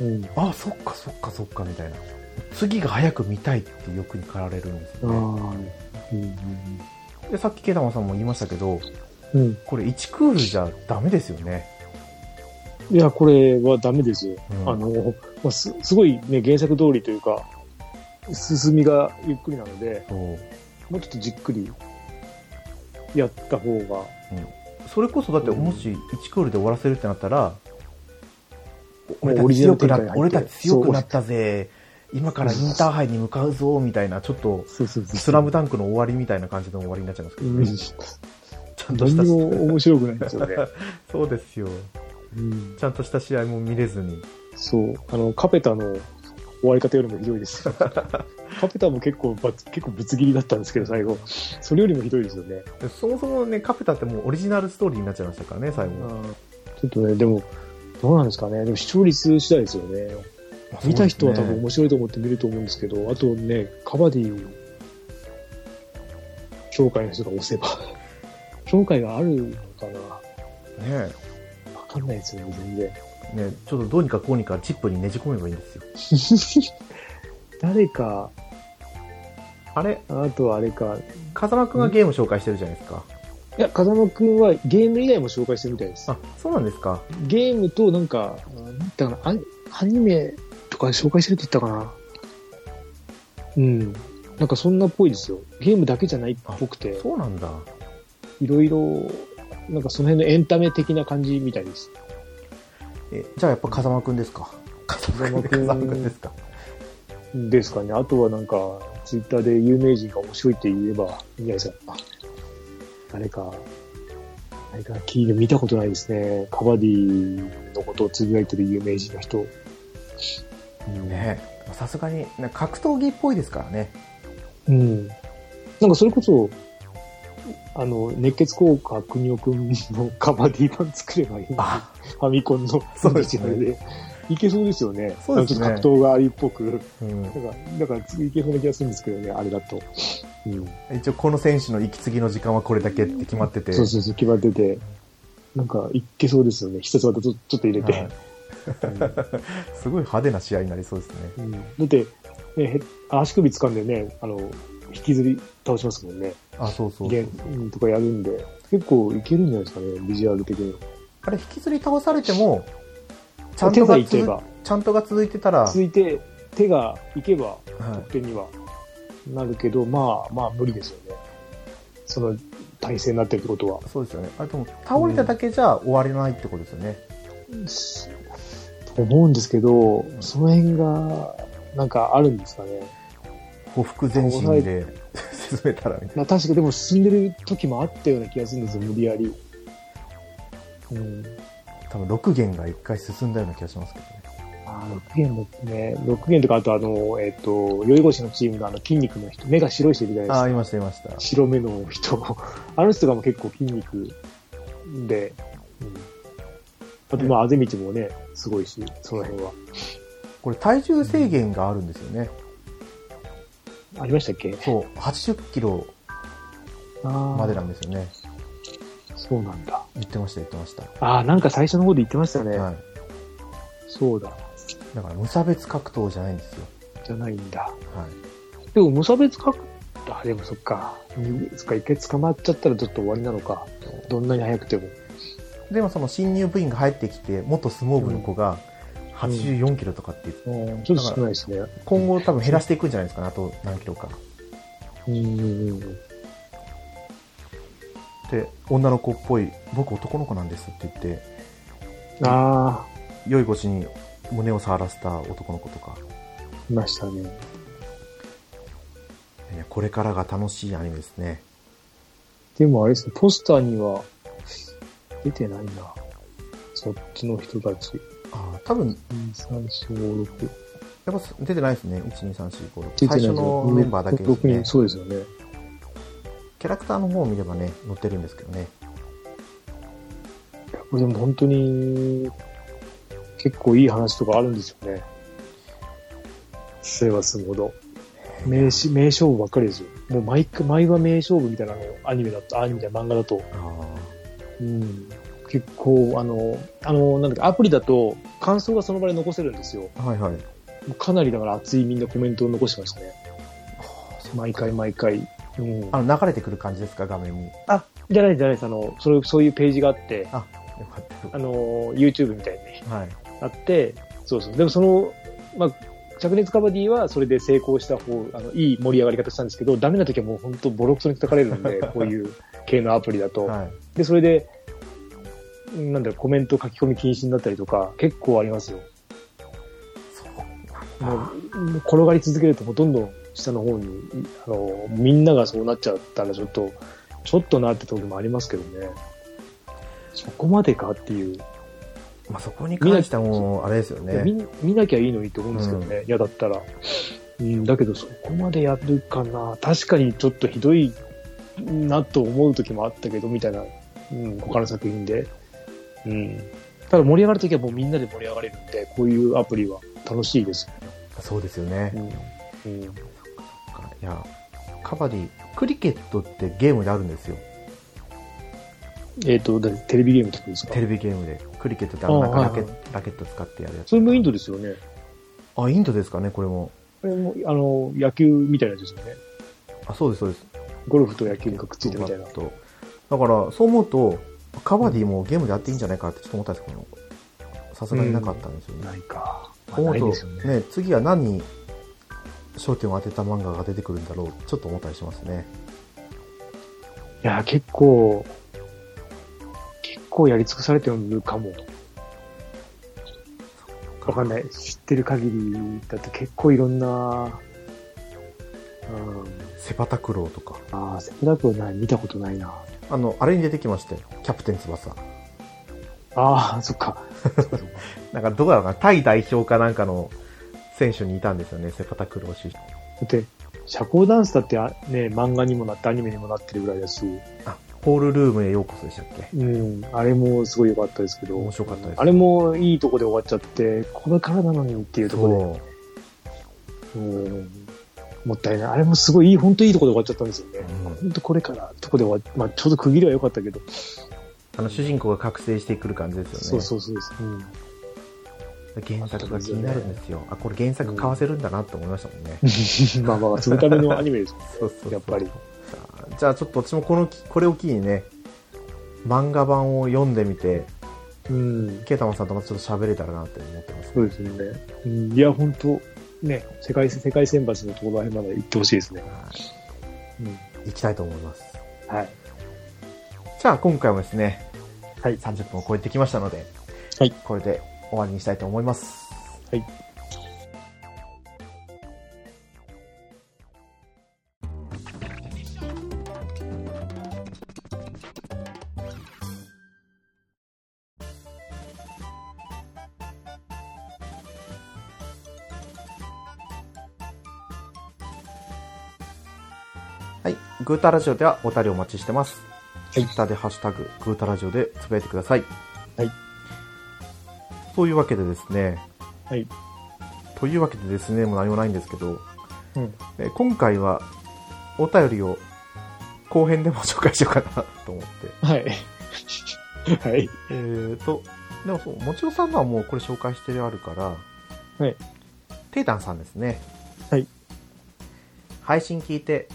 B: うん。
A: あ、そっかそっかそっかみたいな。次が早く見たいっていう欲に駆られるんです
B: ああ
A: よね。、
B: うん、
A: で、さっきケタマさんも言いましたけど、
B: うん。うん。
A: これ1クールじゃダメですよね。
B: いや、これはダメですよ。
A: うん
B: あの、まあ、すすごいね、原作通りというか、進みがゆっくりなので、
A: そう
B: もうちょっとじっくりやった方が、
A: それこそだってもし1クールで終わらせるってなったら、俺た
B: オ
A: ち
B: リジナ
A: 強
B: ル
A: く
B: 展
A: な
B: 開
A: った
B: に入って
A: 俺たち強くなったぜ今からインターハイに向かうぞみたいなちょっと
B: そうそうそう
A: 「スラムダンクの終わりみたいな感じの終わりになっちゃいますけど
B: うん
A: ね、ちゃんとし
B: 何
A: た
B: も面白くないんです よね。
A: そうですよ
B: うん
A: ちゃんとした試合も見れずに
B: そう、あの、カペタの終わり方よりもひどいですよ。カペタも結構ばつ、結構ぶつ切りだったんですけど、最後。それよりもひどいですよね。
A: でそもそもねカペタってもうオリジナルストーリーになっちゃいましたからね最後、
B: ちょっとね、でも、どうなんですかね。でも視聴率次第ですよね。見た人は多分面白いと思って見ると思うんですけど、あとね、カバディを、協会の人が押せば、協会があるのかな
A: ね
B: わかんないですよね、全然。
A: ねちょっとどうにかこうにかチップにねじ込めばいいんですよ
B: 誰か、
A: あれ
B: あとはあれか、
A: 風間くんがゲーム紹介してるじゃないですか
B: いや、風間くんはゲーム以外も紹介してるみたいです。
A: あそうなんですか
B: ゲームとなんか、なんだったかな、アアニメとか紹介してるって言ったかな。うん。なんかそんなっぽいですよ。ゲームだけじゃないっぽくて、
A: そうなんだ
B: いろいろ、なんかその辺のエンタメ的な感じみたいです。
A: えじゃあやっぱ風間くんですか風間くん風
B: 風
A: 間
B: 間
A: く
B: くん
A: んですか
B: ですかね。あとはなんか、ツイッターで有名人が面白いって言えば、いいんじゃないですか。あ誰か、誰か聞いて見たことないですね。カバディのことをつぶやいてる有名人の人。うん
A: ねさすがにね格闘技っぽいですからね
B: うん。なんかそれこそ、あの、熱血効果国尾くんのカバディ版作ればいいのに。
A: あ
B: ファミコンの
A: そうですね
B: オリジナルいけそうですよね。
A: そうですね
B: なんかちょっと格闘がありっぽく。
A: うん
B: なんか、なんかいけそうな気がするんですけどね、あれだと。うん。
A: 一応この選手の息継ぎの時間はこれだけって決まってて
B: そうそうそう、決まってて。なんか、いけそうですよね。必殺技ちょちょっと入れて。
A: はい すごい派手な試合になりそうですね
B: うんだって、ね、へ足首掴んでね、あの、引きずり倒しますもんね。
A: あそうそう
B: ゲームとかやるんで。結構いけるんじゃないですかね、ビジュアル的には。
A: あれ引きずり倒されてもちゃん
B: 手
A: と
B: が
A: が
B: いけ
A: つ
B: ば、
A: ちゃんとが続いてたら、
B: 続いて手がいけば
A: は
B: 得点にはなるけど、まあまあ無理ですよね。その体勢になってるってことは。
A: い、そうですよねあれでも倒れただけじゃ終われないってことですよね、
B: と思うんですけど、その辺がなんかあるんですかね。
A: ほふく前進で進めたらみたい
B: まあ確かでも進んでる時もあったような気がするんですよ、無理やり。うん。
A: な多分6弦が1回進んだような気がしますけどね
B: あー6弦もね、6弦とかあとあの、えっ、と、酔い越しのチームのあの筋肉の人、目が白い人いるじゃないです
A: あ
B: か
A: あいましたいました
B: 白目の人 あの人がもう結構筋肉で、うん、あとまあ、あぜ道もね、すごいし、その辺は。
A: これ体重制限があるんですよね、
B: ありましたっけ
A: そう80キロま
B: ま
A: でなんですよね
B: そうなんだ。
A: 言ってました言ってました、
B: ああ、なんか最初の方で言ってましたね。
A: はい、
B: そうだ。
A: だから無差別格闘じゃないんですよ、
B: じゃないんだ。
A: はい、
B: でも無差別格あ、でもそっか。そっか、一回捕まっちゃったらちょっと終わりなのか。どんなに早くても。
A: でもその新入部員が入ってきて元相撲部の子が84キロとかっていう、
B: うん、ちょっと少ないですね。
A: 今後多分減らしていくんじゃないですかねあと何キロか
B: うんうんうん。
A: で女の子っぽい僕男の子なんですって言って
B: ああ、
A: 酔い腰に胸を触らせた男の子とか
B: いましたね。
A: いやこれからが楽しいアニメですね。
B: でもあれですね、ポスターには出てないな。そっちの人たち。
A: ああ、多分、
B: 2、3、4、5、6。
A: やっぱ出てないですね。1、2、3、4、5、
B: 出て
A: 6。
B: な
A: 最
B: いです
A: 初
B: よ
A: のメンバーだけです
B: 6
A: ね
B: 人、。そうですよね。
A: キャラクターの方を見ればね、載ってるんですけどね。
B: いやこれでも本当に、結構いい話とかあるんですよね。すればすむほど。名し名勝負ばっかりですよ。もう毎回、毎話名勝負みたいなのをアニメだと、アニメみたいな漫画だと。
A: ああ。
B: うん。結構、あの、あの、なんだっけ、アプリだと感想がその場で残せるんですよ。
A: はいはい。
B: もうかなりだから熱いみんなコメントを残してましたね。毎回毎回。うん。
A: あの、流れてくる感じですか、画面に。よ
B: あ、じゃないですじゃないです。あの、それ、そういうページがあって、
A: かった
B: あの、YouTube みたいにね、
A: はい。
B: あって、そうそう。でもその、まあ、灼熱カバディはそれで成功した方、あの、いい盛り上がり方したんですけど、ダメな時はもう本当ボロクソに叩かれ るんで、こういう系のアプリだと。
A: はい。
B: で、それで、なんだろう、コメント書き込み禁止になったりとか、結構ありますよ。
A: そう
B: も
A: なんだ。
B: う、もう転がり続けると、もうどんどん下の方に、あの、みんながそうなっちゃったら、ちょっと、ちょっとなって時もありますけどね。そこまでかっていう。
A: まあ、そこに関してはもう、あれですよね。
B: 見見なきゃいいのにって思うんですけどね、嫌、だったら。うん、だけどそこまでやるかな。確かにちょっとひどいなと思う時もあったけど、みたいな、うん、他の作品で。うん。ただ盛り上がる時はもうみんなで盛り上がれるんで、こういうアプリは楽しいです
A: そうですよね。
B: よね。うん。うん、
A: いや、カバディ、クリケットってゲームであるんですよ。
B: えっ、と、だってテレビゲームってことですか
A: テレビゲームで。クリケットってあの、なんか
B: ああ
A: ラケ
B: は
A: ラケット使ってやるやつ。
B: それもインドですよね。
A: あ、インドですかね、これも。
B: これも、あの、野球みたいなやつですよね。
A: あ、そうです、そうです。
B: ゴルフと野球にくっついてみたいな
A: だ。から、そう思うと、カバディもゲームでやっていいんじゃないかってちょっと思ったんですけど、さすがになかったんですよね。
B: ないか。まあ
A: 思
B: な
A: う
B: いで
A: と
B: すよね。
A: ね次は何に焦点を当てた漫画が出てくるんだろうちょっと思ったりしますね
B: いや、結構、結構やり尽くされてるかも。わかんない。知ってる限りだと結構いろんな、うん、
A: セパタクローとか
B: ああ、セブラクはない、見たことないな。
A: あのあれに出てきましたよキャプテン翼
B: ああ、そっか。そっかそっか
A: なんかどうだろうなタイ代表かなんかの選手にいたんですよねセパタクロー氏
B: だって、社交ダンスだってあね、漫画にもなってアニメにもなってるぐらいだし、
A: あホールルームへようこそでしたっけ
B: うん、あれもすごい良かったですけど、
A: 面白かったです
B: あれもいいとこで終わっちゃって、これからなのにっていうところで、
A: そう
B: うん、もったいない。あれもすごいいい、本当いいとこで終わっちゃったんですよね。
A: うん
B: 本当これからとこで終わっまあ、ちょうど区切りは良かったけど、
A: あの主人公が覚醒してくる感じですよね
B: そうそうそうです、うん。
A: 原作が気になるんですよあこれ原作買わせるんだなって思いましたもんね、。
B: まあまあ、そのためのアニメですもんね
A: そうそうそう
B: やっぱり。
A: じゃあちょっと私もこのきこれを機にね漫画版を読んでみて
B: うん。
A: ケイタマンさんとまたちょっと喋れたらなって思ってます
B: そうですよね。うん、いや、本当ね、世界、世界選抜のところらへんまで行ってほしいですね。
A: はい
B: うん。
A: 行きたいと思います
B: はい。
A: じゃあ今回もですね
B: はい。
A: 30分を超えてきましたので、
B: はい
A: これで終わりにしたいと思います
B: はい
A: はいグータラジオではお便りお待ちしてます
B: は
A: ツイ
B: い
A: ッターで「ハッシュタググータラジオ」でつぶやいてください
B: はい
A: そういうわけでですね
B: はい。
A: というわけでですねもう何もないんですけど
B: うん。
A: えー今回はお便りを後編でも紹介しようかなと思って。
B: はい。 はい。
A: えーと、でもそう、もちろさんのはもうこれ紹介してあるから、
B: はい。
A: テイタンさんですね。
B: はい。
A: 配信聞いて、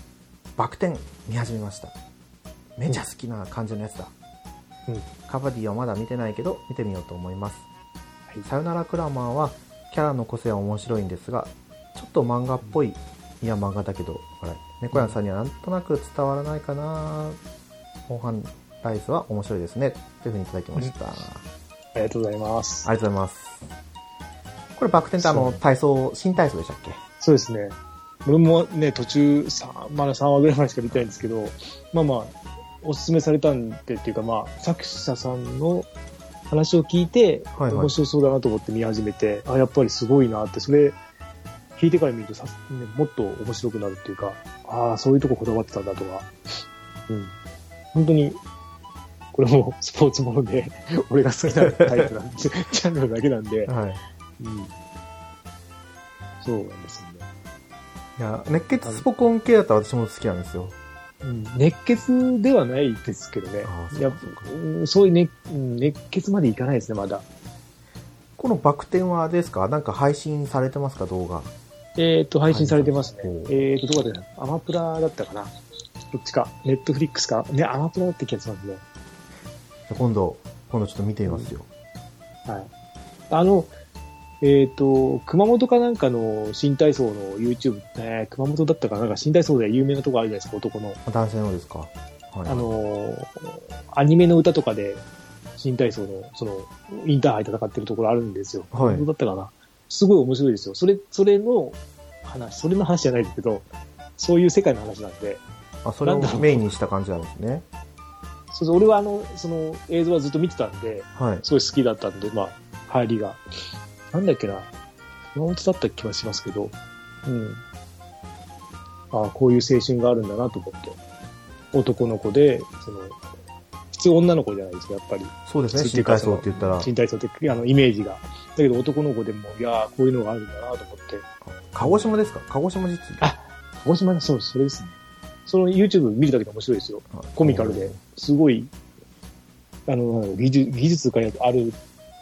A: バク転見始めました。めちゃ好きな感じのやつだ。
B: うん
A: カバディはまだ見てないけど、見てみようと思います。
B: はい
A: さよならクラマーは、キャラの個性は面白いんですが、ちょっと漫画っぽい、いや漫画だけど、笑い。猫屋さんにはなんとなく伝わらないかな後半ライズは面白いですね。というふうにいただきました。
B: ありがとうございます。
A: ありがとうございます。これバク転ってあの
B: そう
A: 体操、新体操でしたっけ
B: そうですね。俺もね、途中3、まだ3話ぐらいまでしか見てないんですけど、まあまあ、おすすめされたんでっていうか、まあ、作者さんの話を聞いて、
A: はいはい
B: 面白そうだなと思って見始めて、あ、やっぱりすごいなって、それ、聞いてから見るとさ、ね、もっと面白くなるっていうか、ああ、そういうとここだわってたんだとか、うん。本当に、これもスポーツもので、 俺が好きなタイプ なんで、ジャンルだけなんで、
A: はい。
B: うん。そうなんですよね。
A: いや、熱血スポコン系だったら私も好きなんですよ。
B: うん熱血ではないですけどね
A: ああ。そう
B: いや
A: そうか
B: うんそういう、ね、うん熱血までいかないですね、まだ。
A: このバク転はあれですかなんか配信されてますか動画。
B: えっ、と、配信されてますね
A: はい。
B: えっ、と、どこだったアマプラだったかなどっちか。ネットフリックスか。ね、アマプラだって気がしますね。
A: 今度、今度ちょっと見てみますよ。
B: はい。あの、えっ、と、熊本かなんかの新体操の YouTube、えー熊本だったかななんか新体操で有名なとこあるじゃないですか、男の。
A: 男性の方ですかはい。
B: あのーアニメの歌とかで、新体操の、その、インターハイ戦ってるところあるんですよ。
A: はい
B: 本当だったかな。すごい面白いですよ。それ、それの話、それの話じゃないですけど、そういう世界の話なんで、
A: あ、それをメインにした感じなんですね。
B: そうそう俺はあの、その映像はずっと見てたんで、
A: はい。
B: すごい好きだったんで、まあ、入りが。なんだっけな、熊本だった気はしますけど、うん。ああ、こういう青春があるんだなと思って。男の子で、その、普通女の子じゃないですか、やっぱり。
A: そうですね。
B: 新
A: 新
B: 体
A: 体
B: 操
A: 操って言ったら、
B: 新体操って、あの、イメージが。だけど男の子でも、いやーこういうのがあるんだなと思って。
A: 鹿児島ですか鹿児島実技
B: あ鹿児島の、そうです、それですね。その YouTube 見るだけで面白いですよ。コミカルで。。すごい、あの、技術、技術がある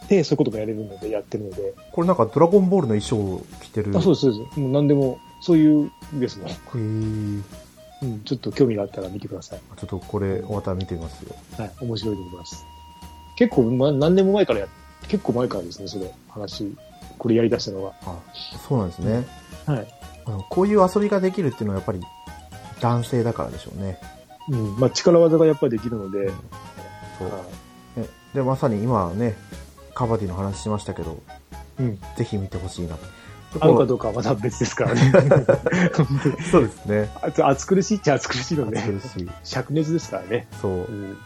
B: で、そういうこともやれるので、やってるので。
A: これなんかドラゴンボールの衣装を着てる。
B: あ、そう
A: う
B: です、そうです。もう何でも、そういうですもん。
A: へー
B: うん、ちょっと興味があったら見てください。
A: ちょっとこれ終わったら見てみますよ。
B: はい、面白いと思います。結構、ま、何年も前からや、結構前からですね、それ、話、これやり出したのは。
A: あ、そうなんですね。
B: はい。
A: あのこういう遊びができるっていうのはやっぱり男性だからでしょうね。
B: うん、まあ、力技がやっぱりできるので、
A: そう
B: は
A: ねで、まさに今ね、カバディの話しましたけど、
B: いうん。
A: ぜひ見てほしいな。
B: 合うかどうかはまた別ですからね。
A: そうですね。
B: あと暑苦しいっちゃ暑苦しいので、
A: 暑苦しい
B: 灼熱ですからね。
A: そうう。
B: ん。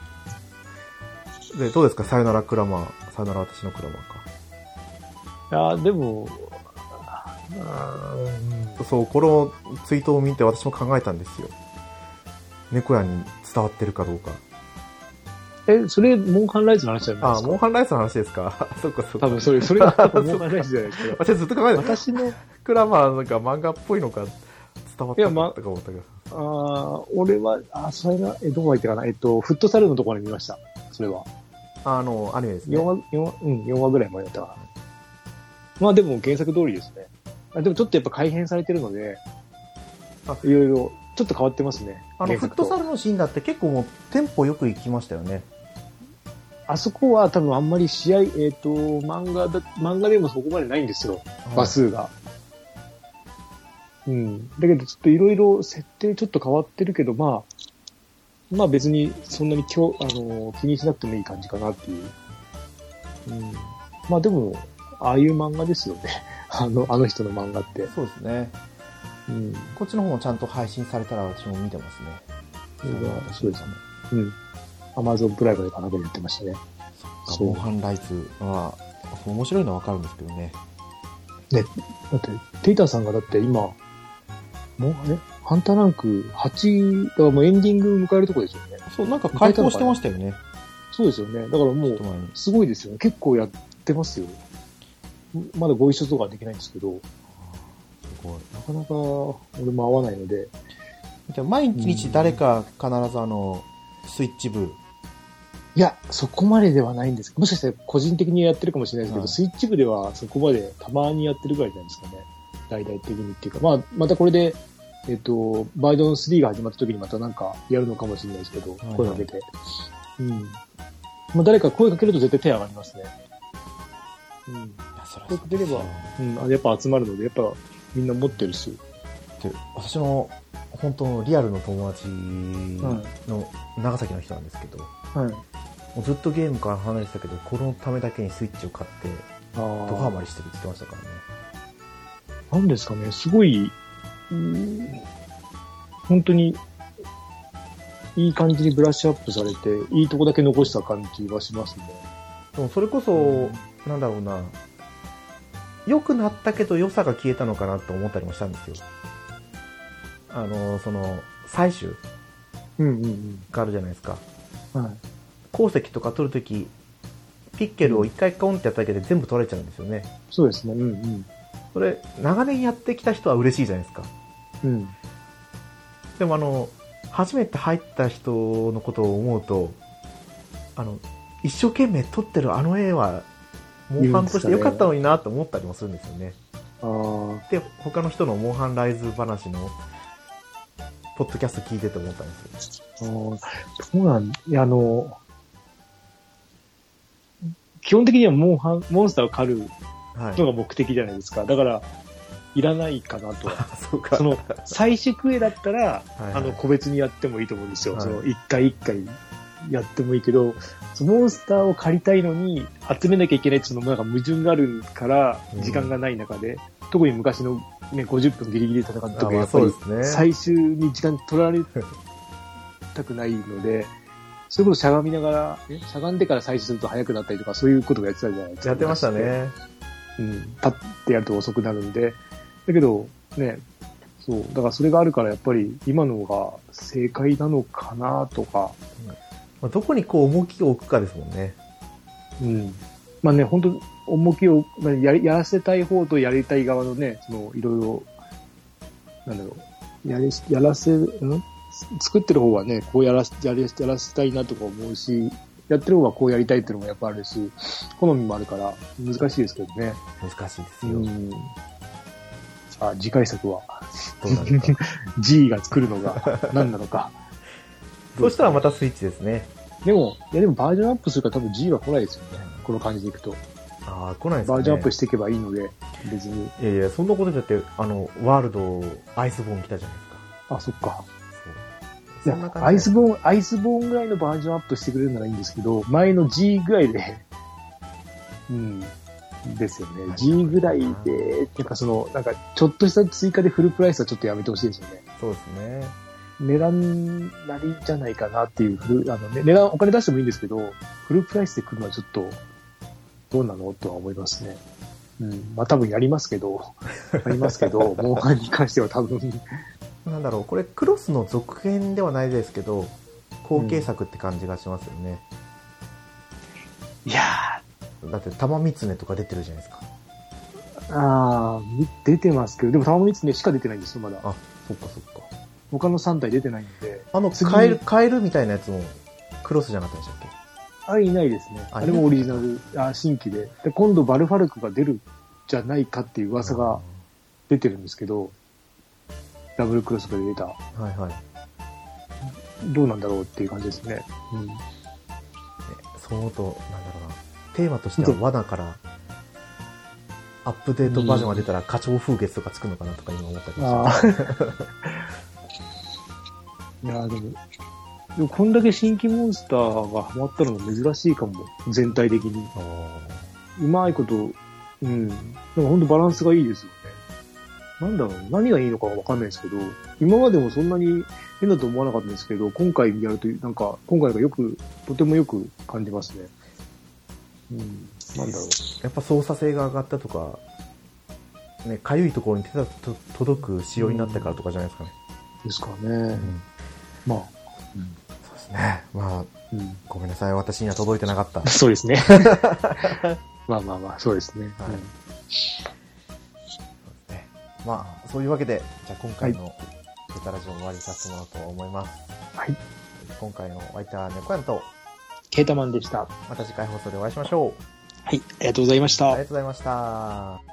A: で、どうですかさよならクラマー。さよなら私のクラマーか。
B: あでも、あー
A: そう、このツイートを見て私も考えたんですよ。猫屋に伝わってるかどうか。
B: うんえ、それ、モンハンライズの話じゃないで
A: あ、
B: すか
A: モンハンライスの話ですか そっかそっ
B: 多
A: か。
B: 分、それ、 それが多分モンハンライズじゃないですか。
A: 私ずっと考えてた。
B: 私の、
A: クラマーなんか漫画っぽいのか伝わっ
B: い
A: た
B: や
A: か
B: ま
A: とか思ったけど。
B: あー俺は、あーそれが、え、どこ入ったかなえっと、フットサルのところに見ました。それは。
A: あの、アニメですね。
B: 4話、四話、うん、4話ぐらい前だったかな。まあでも原作通りですね。あでもちょっとやっぱ改変されてるので
A: あ、
B: いろいろ、ちょっと変わってますね。
A: あの、
B: 原
A: フッ
B: 作
A: ト
B: と
A: サルのシーンだって結構もうテンポよく行きましたよね。
B: あそこは多分あんまり試合、えっ、と、漫画だ、漫画でもそこまでないんですよ、話数が。うん。だけどちょっといろいろ設定ちょっと変わってるけど、まあ、まあ別にそんなにきょあの気にしなくてもいい感じかなっていう。うん。まあでも、ああいう漫画ですよね。 あの、あの人の漫画って。
A: そうですね。
B: うん。
A: こっちの方もちゃんと配信されたら私も見てますね。
B: うわそうです
A: ね。
B: うん。アマゾンプライムでかなくなってましたね。そう
A: モンハンライツは、面白いのはわかるんですけどね。
B: だって、テイターさんがだって今、もうあれハンターランク8、だからもうエンディング迎えるとこですよね。
A: そう、なんか開放してましたよね。
B: そうですよね。だからも
A: ちょっ
B: う
A: と、前に。
B: すごいですよね。結構やってますよ。まだご一緒とかはできないんですけど、
A: すごい。
B: なかなか俺も合わないので、
A: じゃあ毎日誰か必ずあの、スイッチ部。
B: いや、そこまでではないんですもしかしたら個人的にやってるかもしれないですけ
A: は
B: ど、
A: い
B: スイッチ部ではそこまでたまにやってるぐらいじゃないですかね。大々的にっていうか、まあ、またこれで、えっ、と、バイドン3が始まった時にまたなんかやるのかもしれないですけど、
A: いはい
B: 声かけて。うん。まあ、誰か声かけると絶対手上がりますね。うん。
A: いや、そりゃそ
B: 声か
A: う
B: け
A: で
B: れ
A: すよ
B: ば、うん、あやっぱ集まるので、やっぱみんな持ってるし。
A: で私の本当のリアルの友達の長崎の人なんですけど、
B: はい。
A: もうずっとゲームから離れてたけど、このためだけにスイッチを買って、
B: あ
A: ドハ
B: あ。
A: マりしてるって言ってましたからね。
B: なんですかね、すごい、うん本当に、いい感じにブラッシュアップされて、いいとこだけ残した感じはしますね。
A: でもそれこそ、
B: うん
A: なんだろうな良くなったけど良さが消えたのかなと思ったりもしたんですよあのその採取
B: うんうん
A: があるじゃないですか
B: うん。はい。
A: 鉱石とか取るときピッケルを一回コンってやっただけで全部取られちゃうんですよね
B: そうですね。うん
A: それ長年やってきた人は嬉しいじゃないですか
B: うん。うん。
A: でもあの初めて入った人のことを思うとあの一生懸命撮ってるあの絵はモンハンとして良かったのになと思ったりもするんですよね
B: ああ、
A: で他の人のモンハンライズ話のポッドキャスト聞いてて思ったんですよ
B: あーそうなんいや、あの、基本的にはモンハン、モンスターを狩る
A: はい
B: のが目的じゃないですか。だから、いらないかなとは。
A: あ そうか
B: その、最終クエだったら、
A: はいはい
B: あの、個別にやってもいいと思うんですよ。
A: はい
B: その、一回一回やってもいいけど、そのモンスターを借りたいのに、集めなきゃいけないっていうのもなんか矛盾があるから
A: う、ん
B: 時間がない中で、特に昔のね、50分ギリギリで戦った
A: あ
B: 時は
A: ま
B: や
A: あ
B: っぱ
A: そう
B: り、
A: ですね
B: 最終に時間取られたくないので、そういうことしゃがみながら、えしゃがんでから最終すると早くなったりとか、そういうことをやってたじゃないですか。
A: やってましたね
B: うん、立ってやると遅くなるんで、だけど、ね、そう、だからそれがあるからやっぱり今のが正解なのかなとか、
A: まあどこにこう重きを置くかですもんね
B: うん。まあね、本当重きを、まあ、やりやらせたい方とやりたい側のね、その、いろいろ、なんだろう、やり、やらせ、ん作ってる方はね、こうやらせ、やりやらせたいなとか思うし、やってる方はこうやりたいっていうのもやっぱあるし、好みもあるから、難しいですけどね。
A: 難しいです
B: う
A: よ、ど
B: ん。さあ、次回作は、
A: うなるか
B: G が作る のが何なのか。
A: そしたらまたスイッチですね
B: でも、いやでもバージョンアップするから多分 G は来ないですよね。この感じでいくと。
A: ああ来ないですね
B: バージョンアップしていけばいいので、別に。
A: いやいやそんなことだってあのワールドアイスボーン来たじゃないですか
B: あ、そっか。い
A: そうそんな
B: や
A: 感じ
B: アイス
A: ーン
B: ボーン、アイスボーンぐらいのバージョンアップしてくれるならいいんですけど、前の G ぐらいで、 うん、ですよね。G ぐらいで、てかその、なんか、ちょっとした追加でフルプライスはちょっとやめてほしいですよね。
A: そうですね
B: 値段なりじゃないかなっていうフル、あの、ね、値段お金出してもいいんですけど、フルプライスで来るのはちょっと、どうなのとは思いますね。うん。まあ多分やりますけ ど、やりますけど、モンハンに関しては多分、
A: なんだろうこれクロスの続編ではないですけど後継作って感じがしますよね、
B: いや
A: だって玉三ねとか出てるじゃないですか
B: ー、あーみ出てますけど、でも玉三つねしか出てないんですよ、まだ。
A: あそっかそっか
B: 他の3体出てないんで。
A: あの
B: 次
A: カエルカエルみたいなやつもクロスじゃなかったでしたっけ
B: あ、いないですね。
A: あ
B: あれもオリジナル、あ新規で。で、今度バルファルクが出るじゃないかっていう噂が出てるんですけど、ダブルクロスが出た。
A: うんはいはいね
B: どうなんだろうっていう感じですね。うん。
A: そう思うとなんだろうなテーマとしては罠からアップデートバージョンが出たら花鳥風月とかつくのかなとか今思ったりして
B: ああ。 いやーでも、でもこんだけ新規モンスターがハマったのも珍しいかも。全体的に。
A: あ
B: うまいこと、うん。でも本当バランスがいいですよね。なんだろう、何がいいのかわかんないですけど、今までもそんなに変だと思わなかったんですけど、今回やると、なんか、今回がよく、とてもよく感じますね。うん。なんだろう。
A: ーやっぱ操作性が上がったとかねかゆいところに手がと届く仕様になったからとかじゃないですかね、
B: ですか
A: う
B: ね。
A: ん
B: ま
A: そ
B: あ、
A: うですねまあ
B: うん。
A: ごめんなさい、私には届いてなかった。
B: そうですね。まあまあまあ、そうですね。
A: はい
B: うん
A: ねまあ、そういうわけで、じゃあ今回のデタラジオを終わりにさせてもらおうと思います。
B: はい。
A: 今回のお相手は猫やんと、
B: ケータマンでした。は
A: また次回放送でお会いしましょう。
B: い、ありがとうございました
A: ありがとうございました。